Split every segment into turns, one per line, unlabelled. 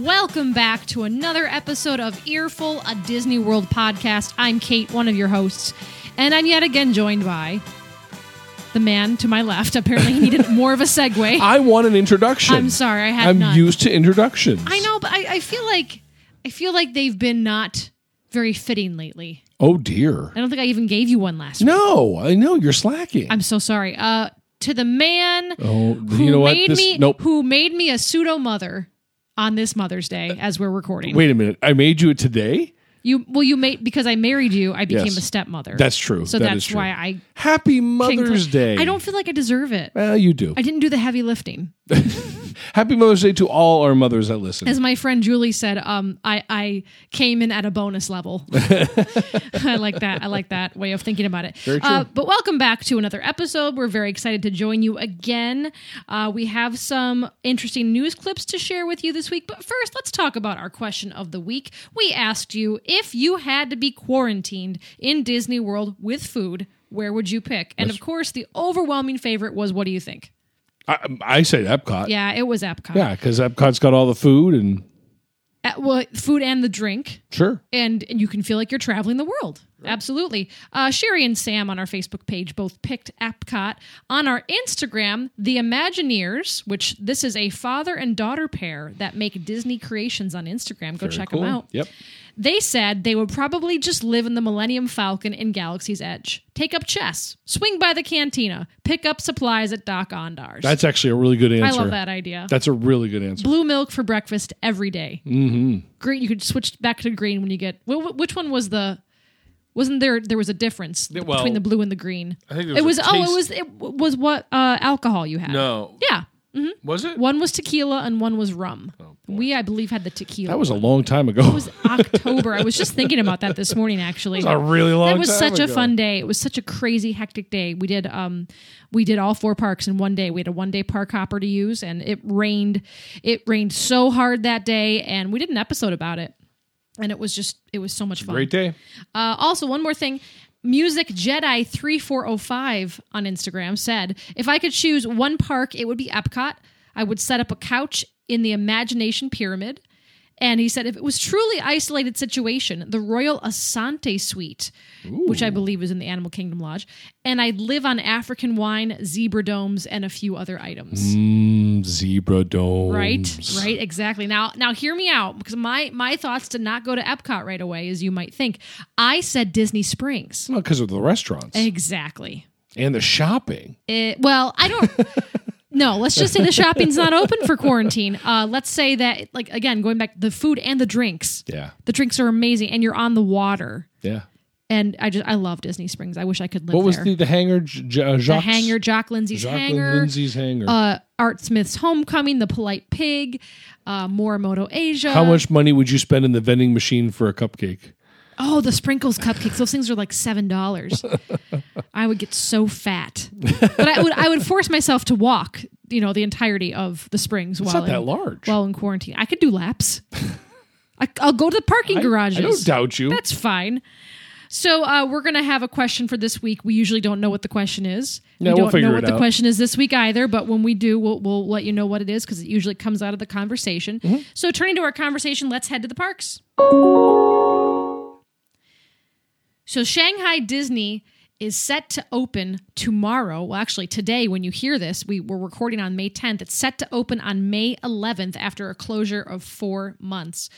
Welcome back to another episode of Earful, a Disney World podcast. I'm Kate, one of your hosts, and I'm yet again joined by the man to my left. Apparently, he needed more of a segue.
I want an introduction.
I'm sorry, I had
I'm
none.
used to introductions.
I know, but I, I feel like I feel like they've been not very fitting lately.
Oh dear.
I don't think I even gave you one last week.
No, I know you're slacking.
I'm so sorry. Uh, to the man
oh,
who
you know what?
made
This-
me
nope.
who made me a pseudo mother on this Mother's Day as we're recording.
Wait a minute. I made you today.
You well, you made because I married you. I became
Yes.
a stepmother.
That's true.
So
That
that's
is true.
why I
Happy Mother's Day.
I don't feel like I deserve it.
Well, you do.
I didn't do the heavy lifting,
Happy Mother's Day to all our mothers that listen.
as my friend Julie said. Um, I I came in at a bonus level. I like that. I like that way of thinking about it.
Very true.
Uh, but welcome back to another episode. We're very excited to join you again. Uh, we have some interesting news clips to share with you this week. But first, let's talk about our question of the week. We asked you if you had to be quarantined in Disney World with food, where would you pick? And of course, the overwhelming favorite was what do you think?
I, I say Epcot.
Yeah, it was Epcot.
Yeah, because Epcot's got all the food and
Uh, well, food and the drink.
sure.
and and you can feel like you're traveling the world. Absolutely. Uh, Sherry and Sam on our Facebook page both picked Epcot. On our Instagram, the Imagineers, which this is a father and daughter pair that make Disney creations on Instagram. Go check
Cool.
them out.
Yep.
They said they would probably just live in the Millennium Falcon in Galaxy's Edge, take up chess, swing by the cantina, pick up supplies at Doc Ondar's.
That's actually a really good
I
answer.
love that idea.
That's a really good answer.
Blue milk for breakfast every day.
Mm-hmm.
Green, you could switch back to green when you get. wh- wh- Which one was the? Wasn't there? There was a difference
Yeah, well,
between the blue and the green. I
think there
it
was
was.
a
oh,
taste-
it was. It w- was what uh, alcohol you had.
No.
Yeah. Mhm.
Was it?
One was tequila and one was rum. we, I believe, had the tequila.
Oh, That was a long time ago.
It was October. I was just thinking about that this morning. Actually,
a really long
That was
time
such a
ago.
fun day. It was such a crazy, hectic day. We did um, we did all four parks in one day. We had a one day park hopper to use, and it rained. It rained so hard that day, and we did an episode about it. And it was just, it was so much fun.
Great day.
Uh, also, one more thing. Music Jedi 3405 on Instagram said, If I could choose one park, it would be Epcot. I would set up a couch in the Imagination Pyramid. And he said, if it was truly isolated situation, the Royal Asante Suite, which I believe is in the Animal Kingdom Lodge, and I'd live on African wine, zebra domes, and a few other items
Mm, zebra dome.
right right exactly now now hear me out because my my thoughts did not go to epcot right away as you might think i said disney springs
because of the restaurants
exactly
and the shopping.
It- well i don't no let's just say the shopping's not open for quarantine uh let's say that like again going back to the food and the drinks
Yeah.
the drinks are amazing and you're on the water
Yeah.
and i just i love disney springs i wish i could live
What was
there
the the hanger? J- J- uh,
the
Jacques,
hanger jock lindsay's
Jacqueline
hanger
Lindsay's hanger.
uh art smith's homecoming the polite pig uh morimoto asia
How much money would you spend in the vending machine for a cupcake?
Oh, the sprinkles cupcakes. Those things are like seven dollars. I would get so fat, but I would I would force myself to walk. You know, the entirety of the springs
It's
while
not that
in,
large.
while in quarantine. I could do laps. I, I'll go to the parking garages.
I don't doubt you.
That's fine. So uh, we're gonna have a question for this week. We usually don't know what the question is.
No,
we
we'll
don't
figure
know
it
what the
out.
question is this week either. But when we do, we'll we'll let you know what it is because it usually comes out of the conversation.
Mm-hmm.
So turning to our conversation, let's head to the parks. So Shanghai Disney is set to open tomorrow. Well, actually today when you hear this, we were recording on May 10th. It's set to open on May 11th after a closure of 4 months.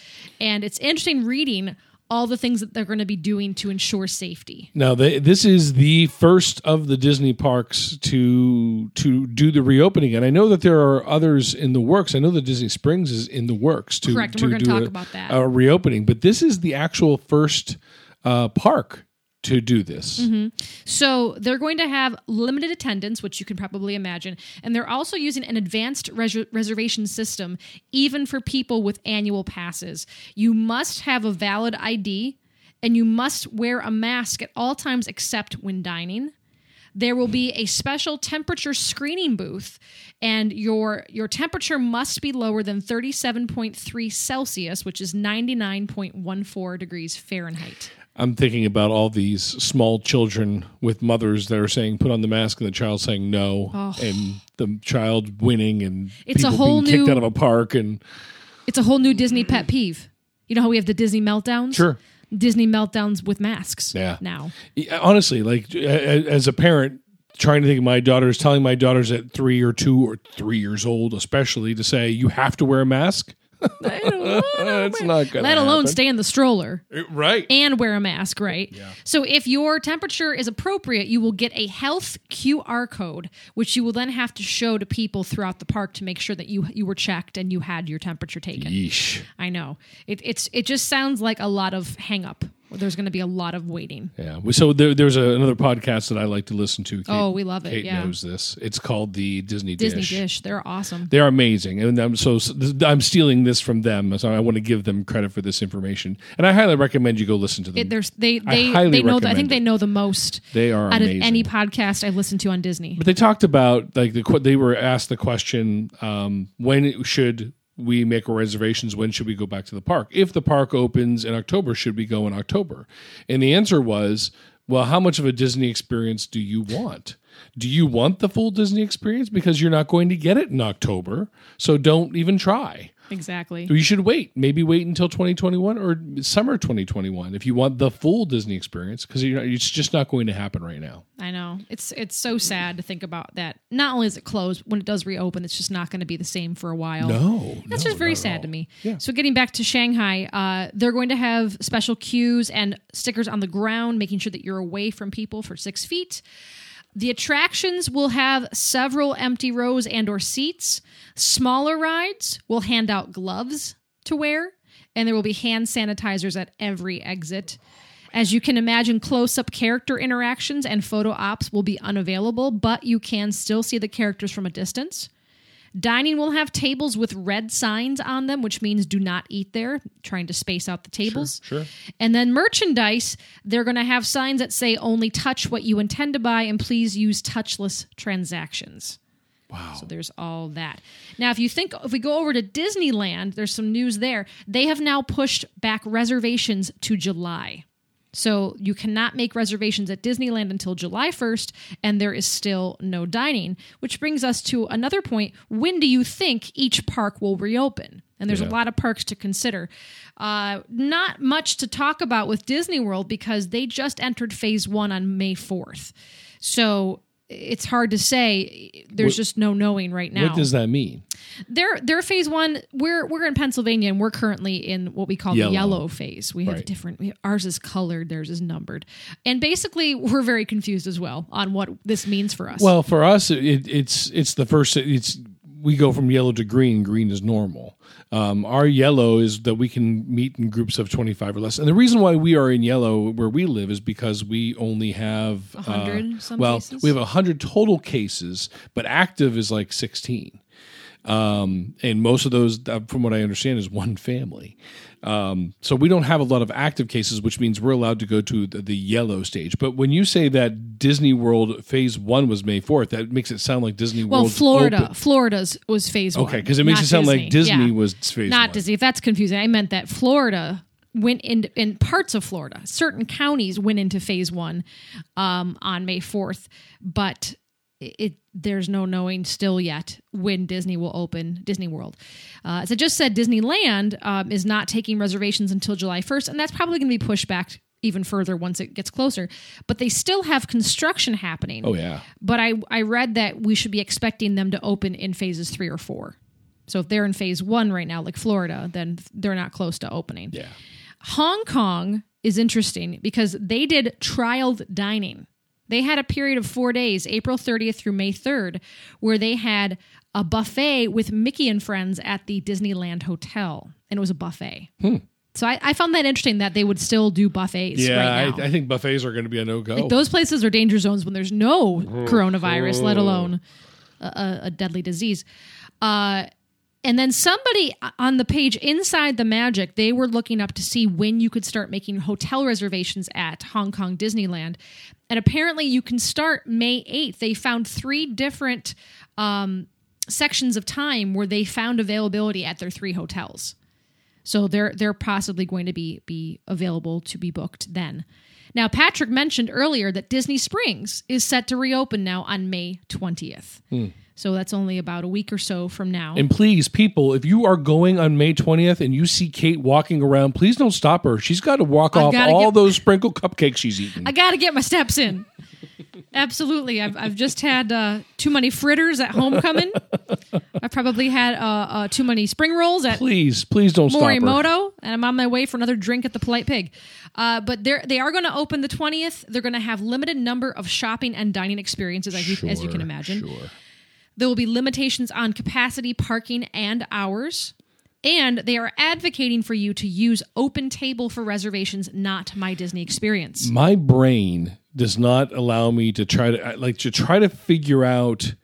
And it's interesting reading all the things that they're going to be doing to ensure safety.
Now, they, this is the first of the Disney parks to to do the reopening, and I know that there are others in the works. I know that Disney Springs is in the works to
Correct, and
to
we're gonna
do
talk
a,
about that.
a reopening, but this is the actual first uh, park to do this.
Mm-hmm. So they're going to have limited attendance, which you can probably imagine, and they're also using an advanced res- reservation system, even for people with annual passes. You must have a valid ID, and you must wear a mask at all times except when dining. There will be a special temperature screening booth, and your your temperature must be lower than thirty seven point three Celsius, which is ninety nine point one four degrees Fahrenheit.
I'm thinking about all these small children with mothers that are saying put on the mask and the child saying no and the child winning and
It's a
people
whole
being
new-
kicked out of a park and
It's a whole new Disney pet peeve. You know how we have the Disney meltdowns?
Mm-hmm. Sure.
Disney meltdowns with masks
Yeah.
now.
Yeah, honestly like a- a- as a parent trying to think of my daughters telling my daughters at three or two or three years old especially to say you have to wear a mask
I don't wanna
That's
wear-
not gonna
Let alone
happen.
stay in the stroller.
right
and wear a mask, right? So if your temperature is appropriate, you will get a health QR code, which you will then have to show to people throughout the park to make sure that you you were checked and you had your temperature taken.
yeesh
I know it, it's it just sounds like a lot of hang up. There's going to be a lot of waiting.
yeah We- so there, there's a, another podcast that i like to listen to Kate,
Oh, we love it,
Kate
yeah.
knows this it's called the disney
Disney
dish
Dish, they're awesome.
They're amazing, and I'm so I'm stealing this from them. So I want to give them credit for this information, and I highly recommend you go listen to them.
It- there's they they
highly
they know the, I
recommend
think
it.
they know the most
They are
out
amazing.
of any podcast I've listened to on Disney.
but they talked about like the que- they were asked the question um, when should we make our reservations when should we go back to the park if the park opens in october should we go in october and the answer was well how much of a disney experience do you want do you want the full disney experience because you're not going to get it in october so don't even try
Exactly.
you should wait. Maybe wait until 2021 or summer 2021 if you want the full Disney experience because it's just not going to happen right now.
I know. It's it's so sad to think about that. Not only is it closed, when it does reopen, it's just not going to be the same for a while.
No,
That's
no,
just very
not at
sad
all.
to me. So getting back to Shanghai, uh, they're going to have special cues and stickers on the ground, making sure that you're away from people for six feet. The attractions will have several empty rows and or seats. Smaller rides will hand out gloves to wear, and there will be hand sanitizers at every exit. As you can imagine, close-up character interactions and photo ops will be unavailable, but you can still see the characters from a distance. Dining will have tables with red signs on them, which means do not eat there, trying to space out the tables.
sure.
And then merchandise, they're going to have signs that say only touch what you intend to buy and please use touchless transactions. Wow. So there's all that. Now, if you think, if we go over to Disneyland, there's some news there. They have now pushed back reservations to July. So you cannot make reservations at Disneyland until July 1st, and there is still no dining. Which brings us to another point. When do you think each park will reopen? And there's a
Yeah.
lot of parks to consider. Uh, not much to talk about with Disney World because they just entered phase one on May 4th. So it's hard to say. There's just no knowing right now
What does that mean?
their their phase one we're we're in pennsylvania and we're currently in what we call
Yellow.
the yellow phase we have
Right.
different we ours is colored theirs is numbered and basically we're very confused as well on what this means for us
Well, for us, it, it's it's the first. It's we go from yellow to green. Green is normal. Um, our yellow is that we can meet in groups of twenty five or less. And the reason why we are in yellow where we live is because we only have uh,
100 in some
well,
cases?
we have hundred total cases, but active is like sixteen. Um, and most of those, uh, from what I understand, is one family. Um, so we don't have a lot of active cases, which means we're allowed to go to the, the yellow stage. But when you say that Disney World Phase One was May fourth, that makes it sound like Disney
well
World.
florida florida's was phase one
Okay, because it makes
not
it sound like Disney
Yeah.
was Phase
not
One.
disney if that's confusing i meant that florida went in in parts of florida certain counties went into phase one um, on may 4th but it, it there's no knowing still yet when disney will open disney world uh, as i just said disneyland um, is not taking reservations until july 1st and that's probably going to be pushed back even further once it gets closer but they still have construction happening
Oh yeah,
but I, I read that we should be expecting them to open in phases three or four. So if they're in phase one right now, like Florida, then they're not close to opening.
yeah.
Hong Kong is interesting because they did trialed dining. They had a period of four days, April 30th through May 3rd, where they had a buffet with Mickey and friends at the Disneyland Hotel. And it was a buffet.
Hmm.
So I, I found that interesting that they would still do buffets right now.
I, I think buffets are going to be a no go.
Those places are danger zones when there's no coronavirus, let alone a, a, a deadly disease. Uh, and then somebody on the page inside the magic, they were looking up to see when you could start making hotel reservations at Hong Kong Disneyland. And apparently, you can start May 8th. They found three different um, sections of time where they found availability at their three hotels. So they're they're possibly going to be be available to be booked then. Now Patrick mentioned earlier that Disney Springs is set to reopen now on May 20th. So that's only about a week or so from now.
And please, people, if you are going on May 20th and you see Kate walking around, please don't stop her. She's got to walk
I've
off
gotta
all
get-
those sprinkle cupcakes she's eating.
I got to get my steps in. Absolutely. I've, I've just had uh, too many fritters at homecoming. I probably had uh, uh, too many spring rolls at
please, please don't stop her.
Morimoto, and I'm on my way for another drink at the Polite Pig. Uh, but they're, they are going to open the 20th. They're going to have limited number of shopping and dining experiences, as, you, as you can
Sure,
imagine.
Sure.
There will be limitations on capacity, parking, and hours. And they are advocating for you to use Open Table for reservations, not My Disney Experience.
My brain does not allow me to try to I- like to try to figure out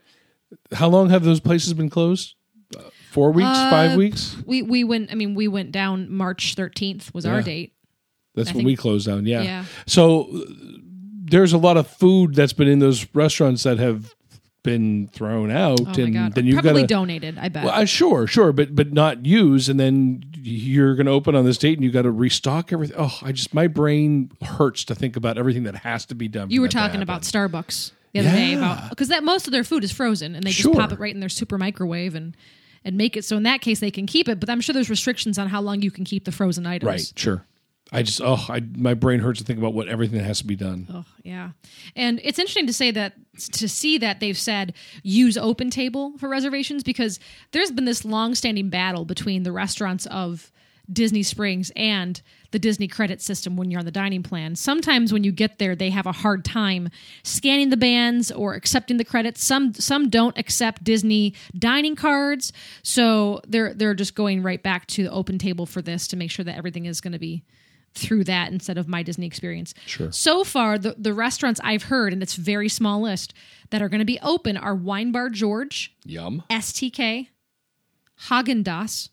how long have those places been closed? Uh, Four weeks, five weeks.
We we went. I mean, we went down March 13th was our date. Oh
That's when
think-
we closed down. Yeah.
Yeah.
So uh, there's a lot of food that's been in those restaurants that have been thrown out,
Oh
and
my god!
then you've got
Probably
to.
donated. I bet.
Well, uh, sure, sure, but but not used, and then you're going to open on this date, and you got to restock everything. Oh, I just my brain hurts to think about everything that has to be done. for
you were
that to
talking
happen.
about Starbucks the other day
Yeah.
about because that most of their food is frozen and they just
Sure.
pop it right in their super microwave and and make it so in that case they can keep it. But I'm sure there's restrictions on how long you can keep the frozen items.
right? Sure. I just oh, I my brain hurts to think about what everything that has to be done.
Oh, yeah. And it's interesting to say that to see that they've said use open table for reservations because there's been this long-standing battle between the restaurants of Disney Springs and the Disney credit system when you're on the dining plan. Sometimes when you get there they have a hard time scanning the bands or accepting the credits. Some some don't accept Disney dining cards. So they're they're just going right back to the open table for this to make sure that everything is going to be through that instead of my Disney experience.
Sure.
So far, the, the restaurants I've heard, and it's a very small list, that are going to be open are Wine Bar George,
Yum.
STK, Haagen Dazs,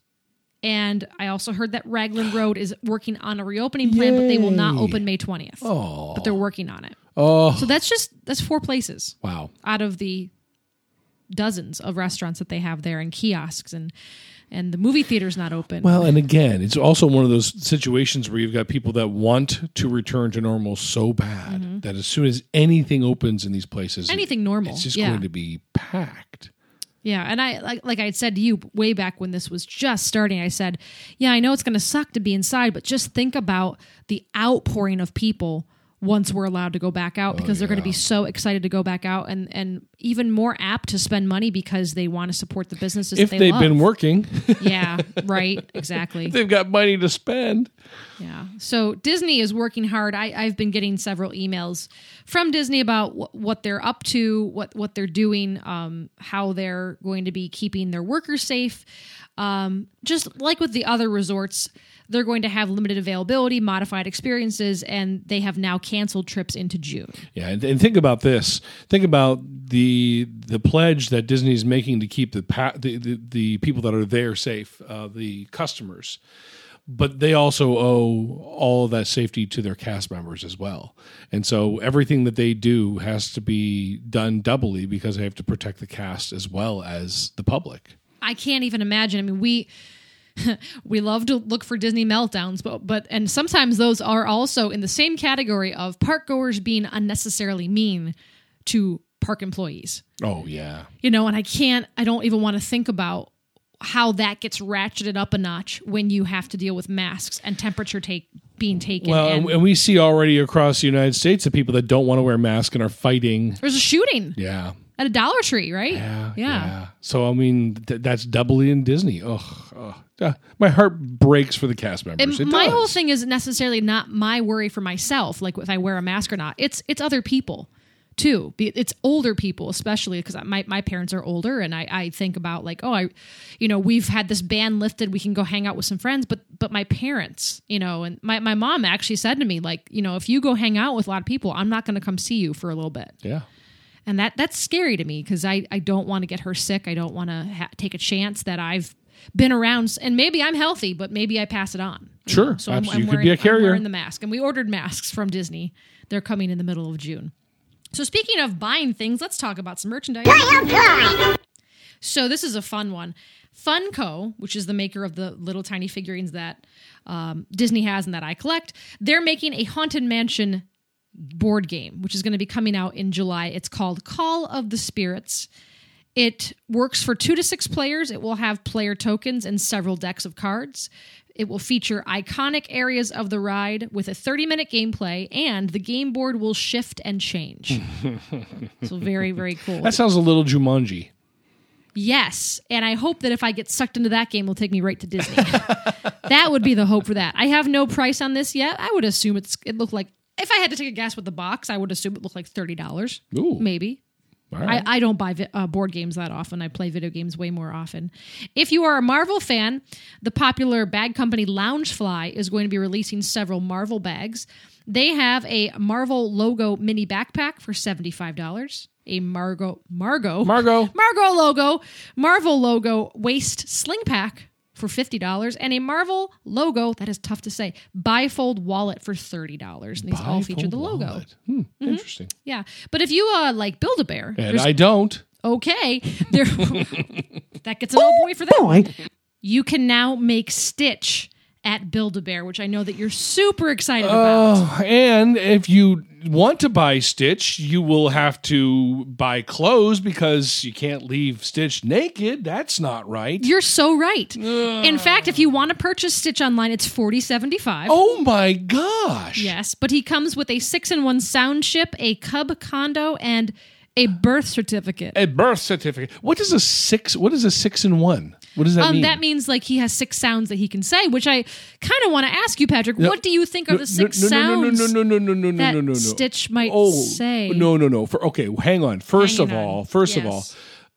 and I also heard that Raglan Road is working on a reopening plan, but they will not open May 20th. Oh. But they're working on it.
Oh
So that's just, that's four places
wow.
out of the dozens of restaurants that they have there and kiosks and and the movie theater's not open.
Well, and again, it's also one of those situations where you've got people that want to return to normal so bad that as soon as anything opens in these places, it-
Mm-hmm. Anything normal.
it's just
yeah.
going to be packed.
Yeah, and I like like I had said to you way back when this was just starting. I said, "Yeah, I know it's going to suck to be inside, but just think about the outpouring of people once we're allowed to go back
Oh,
out because they're going to be so excited to go back out and and even more apt to spend money because they want to support the businesses
If
that
they
they
have been
love.
working,
yeah, right, exactly.
they've got money to spend.
Yeah. So Disney is working hard. I, I've been getting several emails from Disney about wh- what they're up to, what what they're doing, um, how they're going to be keeping their workers safe. Um, just like with the other resorts, they're going to have limited availability, modified experiences, and they have now canceled trips into June.
Yeah, and, and think about this. Think about the the pledge that Disney is making to keep the pa- the, the, the people that are there safe, uh, the customers. But they also owe all of that safety to their cast members as well, and so everything that they do has to be done doubly because they have to protect the cast as well as the public.
I can't even imagine. I mean, we we love to look for Disney meltdowns, but but and sometimes those are also in the same category of park goers being unnecessarily mean to park employees.
Oh yeah,
You know, and I can't I don't even want to think about how that gets ratcheted up a notch when you have to deal with masks and temperature take being taken.
well,
and
Uh, and, and we see already across the United States the people that don't want to wear masks and are fighting.
there's a shooting
Yeah,
at a Dollar Tree, right?
Yeah,
yeah.
So I mean, th- that's doubly in Disney. Ugh, ugh. Uh, my heart breaks for the cast members. It
my
does.
whole thing is necessarily not my worry for myself, like if I wear a mask or not. It's it's other people too. Be- It's older people, especially because my my parents are older, and I I think about like oh I, you know we've had this ban lifted, we can go hang out with some friends, but but my parents, you know, and my my mom actually said to me like you know if you go hang out with a lot of people, I'm not going to come see you for a little bit,
Yeah.
and that that's scary to me because I I don't want to get her sick. I don't want to ha- take a chance that I've been around s- and maybe I'm healthy, but maybe I pass it on. you
Sure.
know? so I'm,
Abs-
I'm
you could
wearing,
be a
I'm
carrier.
wearing the mask, and we ordered masks from Disney. They're coming in the middle of June. So speaking of buying things, let's talk about some merchandise. So this is a fun one. Funko, which is the maker of the little tiny figurines that um, Disney has and that I collect, they're making a haunted mansion board game, which is going to be coming out in July. It's called Call of the Spirits, It works for two to six players. It will have player tokens and several decks of cards. It will feature iconic areas of the ride with a 30 minute gameplay, and the game board will shift and change. so, very, very cool.
That sounds a little Jumanji.
Yes, and I hope that if I get sucked into that game, it'll take me right to Disney. that would be the hope for that. I have no price on this yet. I would assume it's it looked like if I had to take a guess with the box, I would assume it looked like thirty dollars,
Ooh.
maybe.
All right.
I, I don't buy vi- uh, board games that often. I play video games way more often. If you are a Marvel fan, the popular bag company Loungefly is going to be releasing several Marvel bags. They have a Marvel logo mini backpack for $75, a Margo Margo
Margot.
Margo logo, Marvel logo waist sling pack for $50 and a Marvel logo that is tough to say bifold wallet for $30 and these all feature the
Bifold
logo. Mm-hmm.
wallet. Hmm, Interesting.
Yeah. But if you uh like build a bear,
And I don't.
okay, there that gets an old boy for
Oh,
that. Boy. You can now make Stitch at Build a Bear, which I know that you're super excited about.
Oh, and if you want to buy Stitch, you will have to buy clothes because you can't leave Stitch naked. That's not right.
You're so right. In fact, if you want to purchase Stitch online, it's forty seventy five.
Oh my gosh.
Yes, but he comes with a six in one sound chip, a cub condo, and a birth certificate.
A birth certificate. What does a six? What is a six and one? What does that
Um,
mean?
that means like he has six sounds that he can say, which I kind of want to ask you, Patrick. What do you think are the six
no, no, no,
sounds
no, no, no, no, no, no,
that
no, no, no.
Stitch might
oh,
say?
No, no, no. For, okay, hang on. First
Hanging
of all,
on.
first
Yes.
of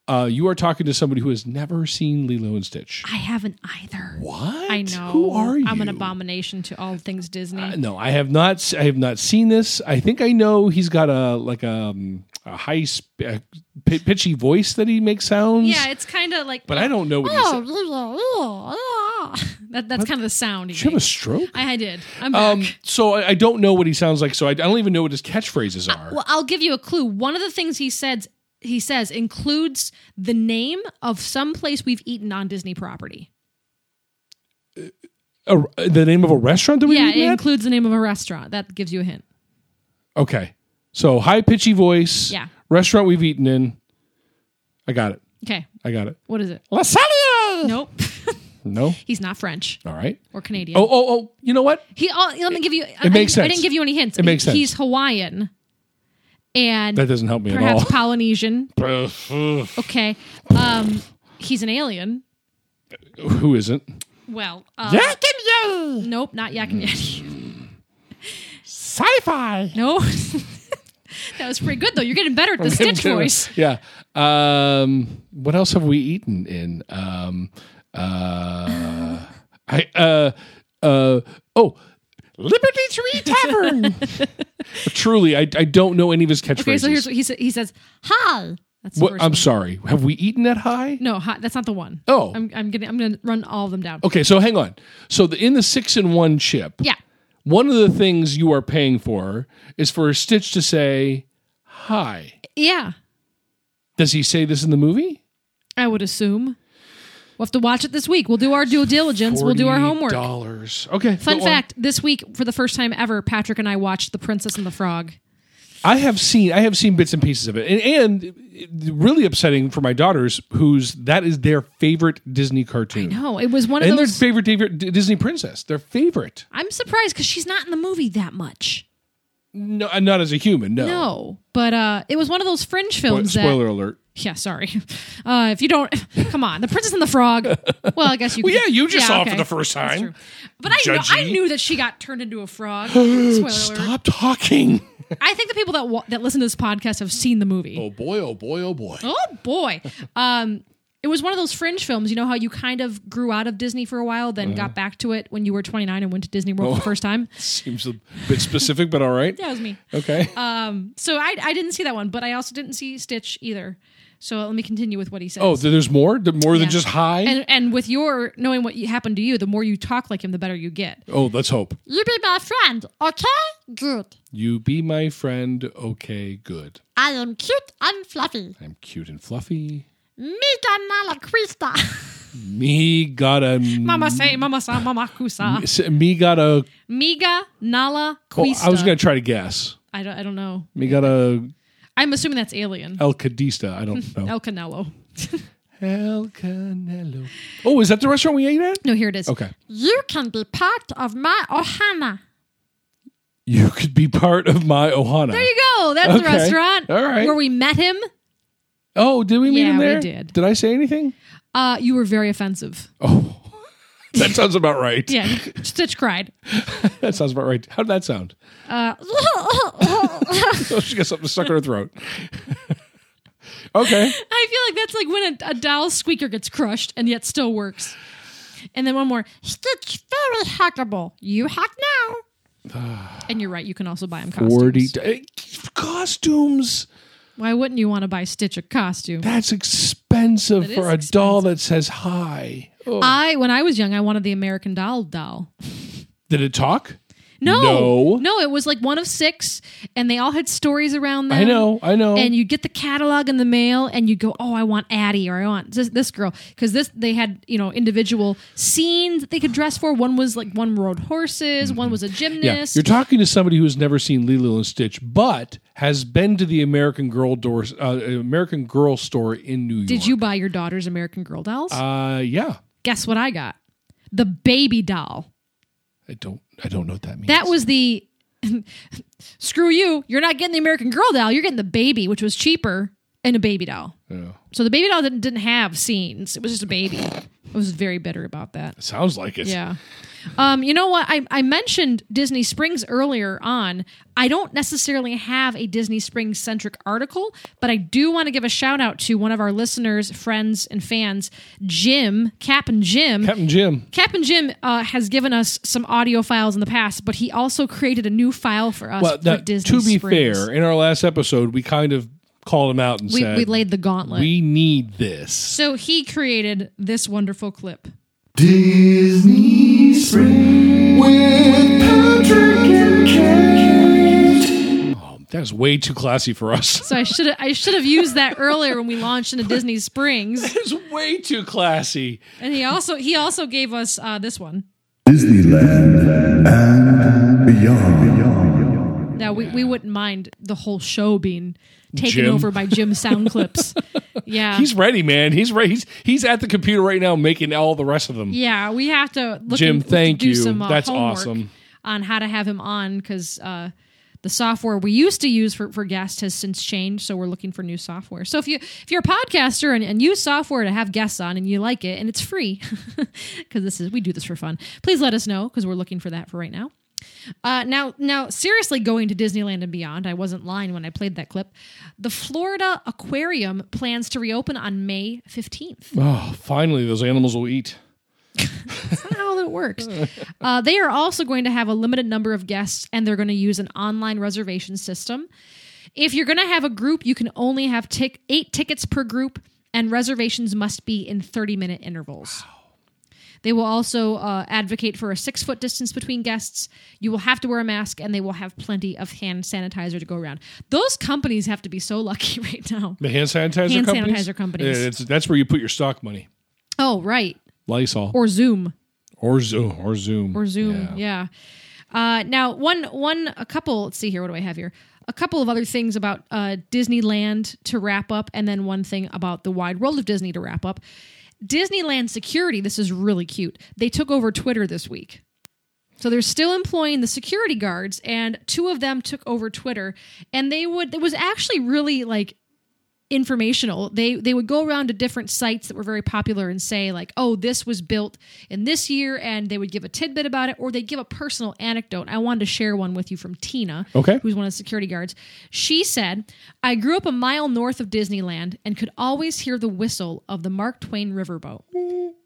all, uh, you are talking to somebody who has never seen Lilo and Stitch.
I haven't either.
What?
I know.
Who are you? Uh,
I'm an abomination to all things Disney.
No, I have not. s- I have not seen this. I think I know he's got a like um, a high sp- a p- pitchy voice that he makes sounds.
yeah, it's kind of like.
but I don't know what he
Oh,
said.
that, that's kind of the sound.
Did you
He
have a
makes.
stroke?
I I did. I'm back.
Um, so I, I don't know what he sounds like. So I, I don't even know what his catchphrases are.
Well, I'll give you a clue. One of the things he says he says includes the name of some place we've eaten on Disney property.
A- the name of a restaurant that we
yeah,
eat
it
at?
includes the name of a restaurant. That gives you a hint.
Okay. So high pitchy voice.
Yeah.
Restaurant we've eaten in. I got it.
Okay,
I got it.
what is it?
La Salia.
Nope,
No.
he's not French
All right.
or Canadian.
Oh, oh, oh. You know what?
he. Oh, let me give you. I,
makes
I, I
sense.
didn't give you any hints.
It makes sense.
He's Hawaiian, and
That doesn't help me
perhaps
at all.
Polynesian. Okay, um, he's an alien.
Who isn't?
Well, uh,
Jack and Jill.
nope, not Yak and Yeti.
Sci-fi.
No. that was pretty good though. You're getting better at the Stitch voice.
Yeah. Um, what else have we eaten in? Um, uh, I uh, uh, oh, Liberty Tree Tavern. Truly, I, I don't know any of his catchphrases.
Okay, so here's what he says. He says, "Hal." That's the
What-
first
I'm
one.
sorry. Have we eaten at high?
No, ha, that's not the one.
Oh.
I'm, I'm gonna I'm gonna run all of them down.
Okay, so hang on. So the in the six in one chip,
Yeah,
one of the things you are paying for is for Stitch to say hi.
yeah.
Does he say this in the movie?
I would assume. We'll have to watch it this week. We'll do our due diligence. We'll do our homework.
Dollars. Okay.
Fun
go on.
fact: This week, for the first time ever, Patrick and I watched *The Princess and the Frog*.
I have seen I have seen bits and pieces of it, and, and really upsetting for my daughters, whose that is their favorite Disney cartoon
No, it was one of
and their
those.
favorite Dav- D- Disney princess. Their favorite.
I'm surprised because she's not in the movie that much.
No, uh, not as a human. No.
No, but uh, it was one of those fringe films. that-
Spoiler alert.
Yeah, sorry. Uh, if you don't, come on, The Princess and the Frog. Well, I guess you.
Well,
could-
yeah, you just saw it for
okay.
the first
That's
time.
true. But I, kn- I
Judgy.
knew that she got turned into a frog. Spoiler alert.
Stop talking.
I think the people that wa- that listen to this podcast have seen the movie.
Oh boy! Oh boy! Oh boy!
Oh boy. Um it was one of those fringe films, you know how you kind of grew out of Disney for a while, then
Uh-huh.
got back to it when you were 29 and went to Disney
Oh.
World for the first time.
Seems a bit specific, but all right.
That was me.
Okay.
Um, so I, I didn't see that one, but I also didn't see Stitch either. So let me continue with what he says.
oh, th- there's more. Th- More
Yeah.
than just high.
and, and with your knowing what you- happened to you, the more you talk like him, the better you get.
oh, let's hope
You be my friend, okay? Good.
you be my friend. Okay, good.
I am cute and fluffy.
I'm cute and fluffy.
Mega Malacrista.
Me got a
Mama
Mm.
say, mama sa, mama kusa.
S- Me got a.
Miga nala
oh,
quista.
I was going to try to guess.
I don't, I don't know.
Me got a Oh.
I'm assuming that's alien.
El Cadista. I don't know.
El Canelo.
El Canelo. Oh, is that the restaurant we ate at?
No, here it is.
Okay.
You can be part of my Ohana.
You could be part of my Ohana.
There you go. That's the
Okay.
restaurant.
All right.
Where we met him.
oh, did we meet
Yeah,
him
we
there?
did.
I say anything?
Uh, you were very offensive.
Oh, that sounds about right.
Yeah. Stitch cried.
That sounds about right. How did that sound?
oh,
Oh, she got something stuck in her throat. okay.
I feel like that's like when a, a doll squeaker gets crushed and yet still works. And then one more.
Stitch very huggable. You hug now.
And you're right. You can also buy him costumes.
Forty eh, costumes.
Why wouldn't you want to buy Stitch a costume?
That's expensive
That
for
is
a doll that says hi. Oh.
I when I was young, I wanted the American Doll doll.
Did it talk?
No,
No.
it was like one of six, and they all had stories around them.
I know. I know.
And you get the catalog in the mail, and you go, "Oh, I want Addie, or I want this, this girl," because this they had you know individual scenes that they could dress for. One was like one rode horses, one was a
Mm-hmm. yeah,
gymnast.
you're talking to somebody who's never seen Lilo and Stitch, but has been to the American Girl door, uh, American Girl store in New York.
Did you buy your daughter's American Girl dolls?
Uh, yeah.
Guess what I got? The baby doll.
I don't. I don't know what that means.
That was the screw you. You're not getting the American Girl doll. You're getting the baby, which was cheaper, and a baby doll.
Yeah.
So the baby doll didn't, didn't have scenes. It was just a baby. I was very bitter about that.
Sounds like it.
Yeah. Um, you know what? I, I mentioned Disney Springs earlier on. I don't necessarily have a Disney Springs centric article, but I do want to give a shout out to one of our listeners, friends, and fans, Jim, Captain Jim.
Captain Jim.
Captain Jim uh, has given us some audio files in the past, but he also created a new file for us
Well,
for
now,
Disney
to be
Springs.
fair, in our last episode, we kind of called him out and
we,
said
we laid the gauntlet.
"We need this.
so he created this wonderful clip.
Disney Spring with Patrick and Kate.
That's way too classy for us.
So I should I should have used that earlier when we launched into Disney Springs.
It's way too classy.
And he also he also gave us uh, this one.
Disneyland and beyond.
Now we, we wouldn't mind the whole show being taken
Jim.
over by Jim sound clips. Yeah.
He's ready, man. He's ready. He's, he's at the computer right now making all the rest of them.
yeah, we have to look
Jim,
and- to
thank
do
you.
Some, uh,
That's
homework
awesome.
On how to have him on because uh, the software we used to use for, for guests has since changed, so we're looking for new software. So if you if you're a podcaster and, and use software to have guests on and you like it and it's free because this is we do this for fun, please let us know because we're looking for that for right now. Uh, now, now, seriously, going to Disneyland and beyond. I wasn't lying when I played that clip. The Florida Aquarium plans to reopen on May fifteenth.
Oh, finally, those animals will eat.
not how that works. Uh, they are also going to have a limited number of guests, and they're going to use an online reservation system. If you're going to have a group, you can only have tic- eight tickets per group, and reservations must be in 30 minute intervals. They will also uh, advocate for a six foot distance between guests. You will have to wear a mask, and they will have plenty of hand sanitizer to go around. Those companies have to be so lucky right now.
The hand sanitizer
Hand
companies.
sanitizer companies.
Yeah, it's, that's where you put your stock money.
Oh, right.
Lysol or,
Or Zoom.
Zoom or Zoom
or Zoom. Yeah. Uh, now, one one a couple. Let's see here. What do I have here? A couple of other things about uh, Disneyland to wrap up, and then one thing about the wide world of Disney to wrap up. Disneyland security. This is really cute. They took over Twitter this week. So they're still employing the security guards, and two of them took over Twitter, and they would. It was actually really like informational. They they would go around to different sites that were very popular and say like, "Oh, this was built in this year," and they would give a tidbit about it, or they'd give a personal anecdote. I wanted to share one with you from Tina,
Okay.
who's one of the security guards. She said, "I grew up a mile north of Disneyland and could always hear the whistle of the Mark Twain riverboat."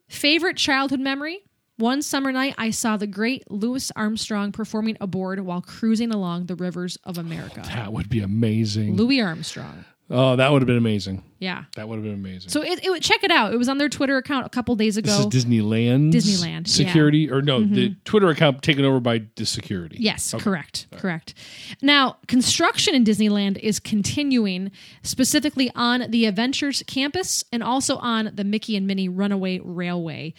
Favorite childhood memory? One summer night, I saw the great Louis Armstrong performing aboard while cruising along the rivers of America.
That would be amazing.
Louis Armstrong.
oh, that would have been amazing.
Yeah.
That would have been amazing.
So it, it check it out. It was on their Twitter account a couple days ago.
this is Disneyland. Mm-hmm.
Disneyland, yeah.
security or no? The Twitter account taken over by the security.
yes, correct, correct. Now construction in Disneyland is continuing, specifically on the Adventures campus and also on the Mickey and Minnie Runaway Railway.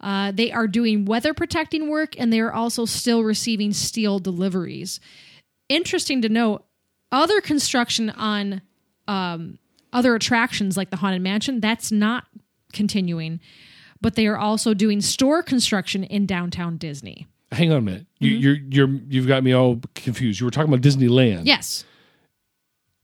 Uh, they are doing weather protecting work and they are also still receiving steel deliveries. Interesting to note, other construction on um, other attractions like the Haunted Mansion. That's not continuing, but they are also doing store construction in downtown Disney.
Hang on a minute. You, You're you're you've got me all confused. You were talking about Disneyland.
Yes.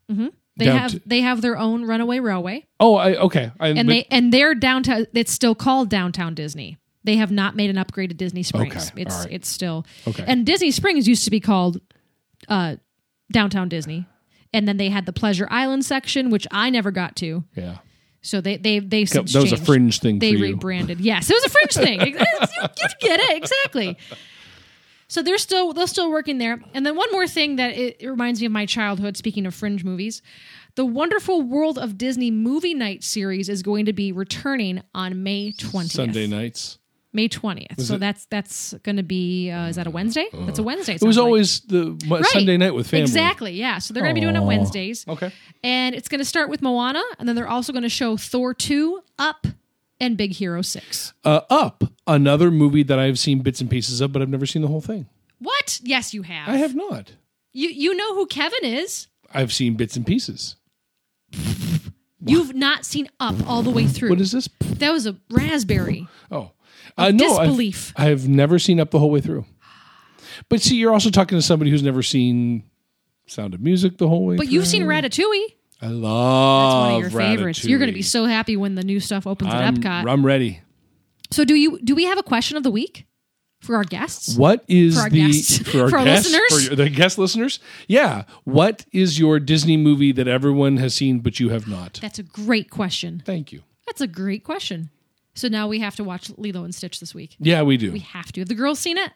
hmm They
Down
have
to-
they have their own runaway railway,
Oh, I okay. I,
and
but-
they and their downtown. It's still called Downtown Disney. They have not made an upgrade to Disney Springs.
Okay,
It's
all right.
it's still
Okay.
And Disney Springs used to be called uh, Downtown Disney, and then they had the Pleasure Island section, which I never got to.
yeah.
So they they they since
that was a
changed.
fringe thing
They
for you.
rebranded. Yes, it was a fringe thing. you, you get it exactly. So they're still they're still working there. And then one more thing that it, it reminds me of my childhood. Speaking of fringe movies, the Wonderful World of Disney Movie Night series is going to be returning on May twentieth.
Sunday nights.
May twentieth. So
it- Oh.
that's that's going to be uh, is that a Wednesday? That's a Wednesday.
It was always the my, Sunday night with family.
Exactly. Yeah. So they're going to be doing it
Aw.
Wednesdays.
Okay.
And it's going to start with Moana, and then they're also going to show Thor 2, Up, and Big Hero 6.
Uh, Up, another movie that I've seen bits and pieces of, but I've never seen the whole thing.
What? Yes, you have.
I have not.
You you know who Kevin is?
I've seen bits and pieces.
You've not seen Up all the way through.
What is this?
That was a raspberry.
Oh, uh, no, I've-
disbelief.
I've, never seen Up the whole way through. But see, you're also talking to somebody who's never seen Sound of Music the whole way.
But
through.
you've seen Ratatouille.
I
That's
love
one of your favorites. You're going to be so happy when the new stuff opens
I'm,
at Epcot.
I'm ready.
So do you do we have a question of the week for our guests?
What is
For our
the
guests.
for our
For our
guests,
listeners?
for your- the guest listeners? Yeah, what is your Disney movie that everyone has seen but you have not?
That's a great question.
Thank you.
That's a great question. So now we have to watch Lilo and Stitch this week.
Yeah, we do.
We have to. Have the girls seen it?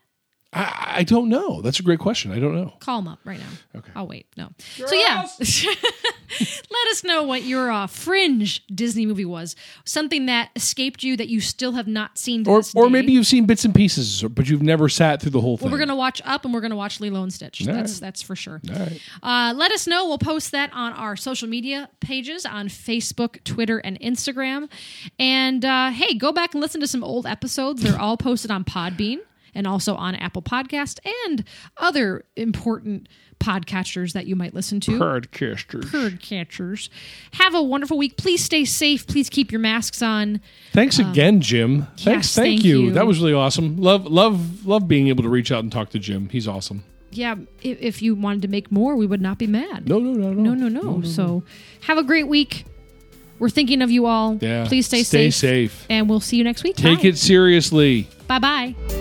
I, I don't know. That's a great question. I don't know.
call them up right now. Okay. I'll wait. No. So yeah. Let us know what your uh, fringe Disney movie was. Something that escaped you that you still have not seen. To
Or
this
or
day.
maybe you've seen bits and pieces, or- but you've never sat through the whole thing.
Well, we're gonna watch Up and we're gonna watch Lilo and Stitch. That's
right.
that's for sure.
All right.
Uh, let us know. We'll post that on our social media pages on Facebook, Twitter, and Instagram. And uh, hey, go back and listen to some old episodes. They're all posted on Podbean and also on Apple Podcast and other important podcatchers that you might listen to.
Podcasters.
Bird catchers. Have a wonderful week. Please stay safe. Please keep your masks on.
Thanks again, Jim. Thanks,
yes,
thank,
thank
you.
you.
That was really awesome. Love, love, love being able to reach out and talk to Jim. He's awesome.
Yeah, if, if you wanted to make more, we would not be mad.
No, no, no, no,
no, no, no. so have a great week. We're thinking of you all.
Yeah.
Please stay,
Stay
safe.
safe.
And we'll see you next week.
Take
Bye.
it seriously.
Bye bye.